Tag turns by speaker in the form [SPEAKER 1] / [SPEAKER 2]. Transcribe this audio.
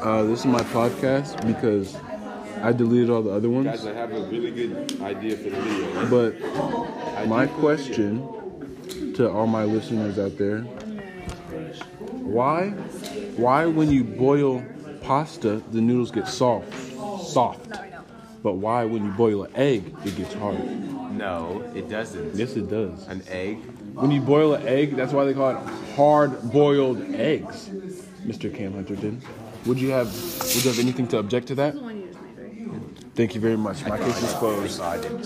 [SPEAKER 1] Uh, this is my podcast because I deleted all the other ones.
[SPEAKER 2] Guys, I have a really good idea for the video.
[SPEAKER 1] But my question to all my listeners out there: Why, why when you boil pasta, the noodles get soft, soft? But why when you boil an egg, it gets hard?
[SPEAKER 2] No, it doesn't.
[SPEAKER 1] Yes, it does.
[SPEAKER 2] An egg?
[SPEAKER 1] When you boil an egg, that's why they call it hard-boiled eggs. Mr. Cam Hunterton, would you have would you have anything to object to that? Thank you very much. My case is closed.